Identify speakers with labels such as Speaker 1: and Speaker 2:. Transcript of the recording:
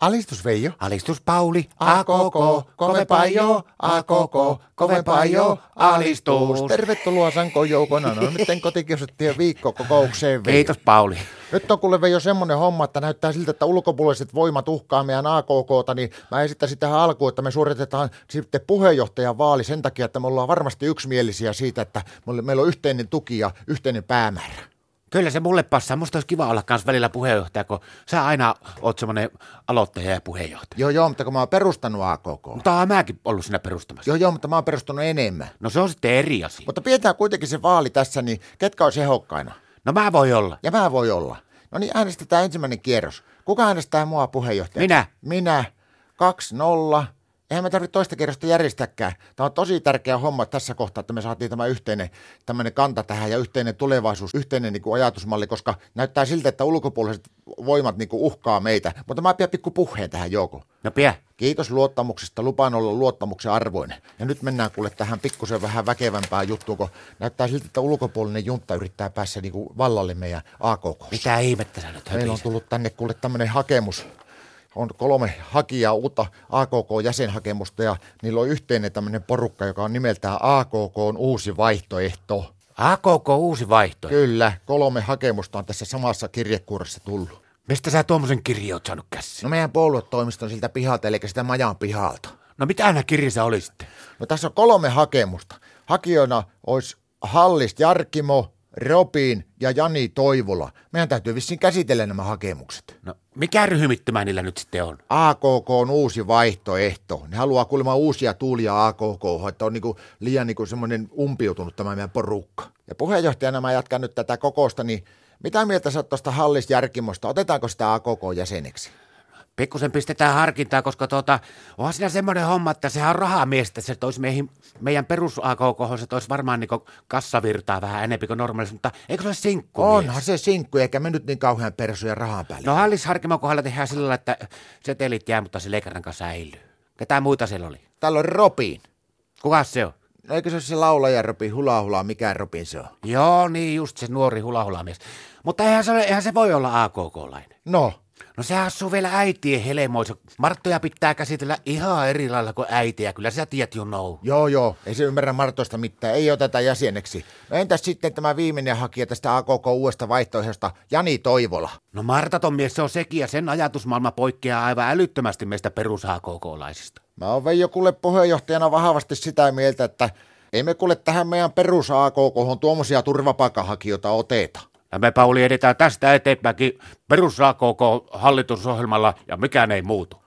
Speaker 1: Alistus Veijo.
Speaker 2: Alistus Pauli,
Speaker 1: A koko, kovempaa jo, a koko, kovempaa jo, alistus. Tervetuloa Sankojoukona, no nyt kotikiusattiin viikkokokoukseen. Veijo.
Speaker 2: Kiitos Pauli.
Speaker 1: Nyt on kuule Veijo semmoinen homma, että näyttää siltä, että ulkopuoliset voimat uhkaa meidän AKKta, niin mä esittäisin tähän alkuun, että me suoritetaan sitten puheenjohtajan vaali sen takia, että me ollaan varmasti yksimielisiä siitä, että me- meillä on yhteinen tuki ja yhteinen päämäärä.
Speaker 2: Kyllä se mulle passaa. Musta olisi kiva olla kanssa välillä puheenjohtaja, kun sä aina oot semmoinen aloittaja ja puheenjohtaja.
Speaker 1: Joo joo, mutta kun mä oon perustanut AKK.
Speaker 2: Mutta oon mäkin ollut siinä perustamassa.
Speaker 1: Joo joo, mutta mä oon perustanut enemmän.
Speaker 2: No se on sitten eri asia.
Speaker 1: Mutta pidetään kuitenkin se vaali tässä, niin ketkä olisi ehokkaina?
Speaker 2: No mä voi olla.
Speaker 1: Ja mä voi olla. No niin, äänestetään ensimmäinen kierros. Kuka äänestää mua puheenjohtaja?
Speaker 2: Minä.
Speaker 1: Minä. 2-0. Eihän me tarvitse toista kierrosta järjestääkään. Tämä on tosi tärkeä homma tässä kohtaa, että me saatiin tämä yhteinen tämmöinen kanta tähän ja yhteinen tulevaisuus, yhteinen niin kuin ajatusmalli, koska näyttää siltä, että ulkopuoliset voimat niin kuin uhkaa meitä. Mutta mä pidän pikku puheen tähän joukkoon.
Speaker 2: No pie.
Speaker 1: Kiitos luottamuksesta. Lupaan olla luottamuksen arvoinen. Ja nyt mennään kuule tähän pikkusen vähän väkevämpään juttuun, kun näyttää siltä, että ulkopuolinen junta yrittää päässä niinku vallalle meidän AKK.
Speaker 2: Mitä ihmettä sä nyt
Speaker 1: Meillä on
Speaker 2: höpiset?
Speaker 1: tullut tänne kuule tämmöinen hakemus. On kolme hakijaa uutta AKK-jäsenhakemusta ja niillä on yhteinen tämmöinen porukka, joka on nimeltään AKK on uusi vaihtoehto.
Speaker 2: AKK uusi vaihtoehto.
Speaker 1: Kyllä, kolme hakemusta on tässä samassa kirjekuoressa tullut.
Speaker 2: Mistä sä tuommoisen kirjan oot saanut käsiin?
Speaker 1: No meidän puoluetoimiston siltä pihalta, eli sitä majan pihalta.
Speaker 2: No mitä aina kirjassa oli sitten?
Speaker 1: No tässä on kolme hakemusta. Hakijoina olisi Hallis Jarkimo, Robin ja Jani Toivola. Meidän täytyy vissiin käsitellä nämä hakemukset.
Speaker 2: No mikä ryhmittymä niillä nyt sitten on?
Speaker 1: AKK on uusi vaihtoehto. Ne haluaa kuulemma uusia tuulia AKK, että on niinku liian niinku semmoinen umpiutunut tämä meidän porukka. Ja puheenjohtajana mä jatkan nyt tätä kokousta, niin mitä mieltä sä oot tuosta Hallis Järkimosta? Otetaanko sitä AKK-jäseneksi?
Speaker 2: Pikkusen pistetään harkintaa, koska tuota, onhan siinä semmoinen homma, että sehän on rahamies, että se toisi meihin, meidän perus AKK, se toisi varmaan niin kassavirtaa vähän enempi kuin normaalisti, mutta eikö se ole sinkku
Speaker 1: Onhan se sinkku, eikä me nyt niin kauhean persuja rahan päälle.
Speaker 2: No Hallis Harkimon kohdalla tehdään sillä lailla, että setelit jää, mutta se leikarin kanssa säilyy. Ketä muita siellä oli?
Speaker 1: Täällä on Robin.
Speaker 2: Kuka se on?
Speaker 1: No eikö se ole se laulaja Robin, hula hula, mikä Robin se on?
Speaker 2: Joo, niin just se nuori hulahulamies. Mutta eihän se, ole- eihän se voi olla AKK-lainen.
Speaker 1: No,
Speaker 2: No se asuu vielä äitien helemoissa. Marttoja pitää käsitellä ihan eri lailla kuin äitiä. Kyllä sä tiedät jo know.
Speaker 1: joo joo, ei se ymmärrä Martoista mitään, ei oteta jäseneksi. No entäs sitten tämä viimeinen hakija tästä AKK uudesta vaihtoehdosta, Jani Toivola.
Speaker 2: No Martaton mies se on sekin ja sen ajatusmaailma poikkeaa aivan älyttömästi meistä perus AKK-laisista.
Speaker 1: Mä oon Veijo kuule puheenjohtajana vahvasti sitä mieltä, että ei me kuule tähän meidän perus AKK tuommoisia turvapaikanhakijoita oteta.
Speaker 2: Ja me Pauli edetään tästä eteenpäinkin perus AKK-hallitusohjelmalla ja mikään ei muutu.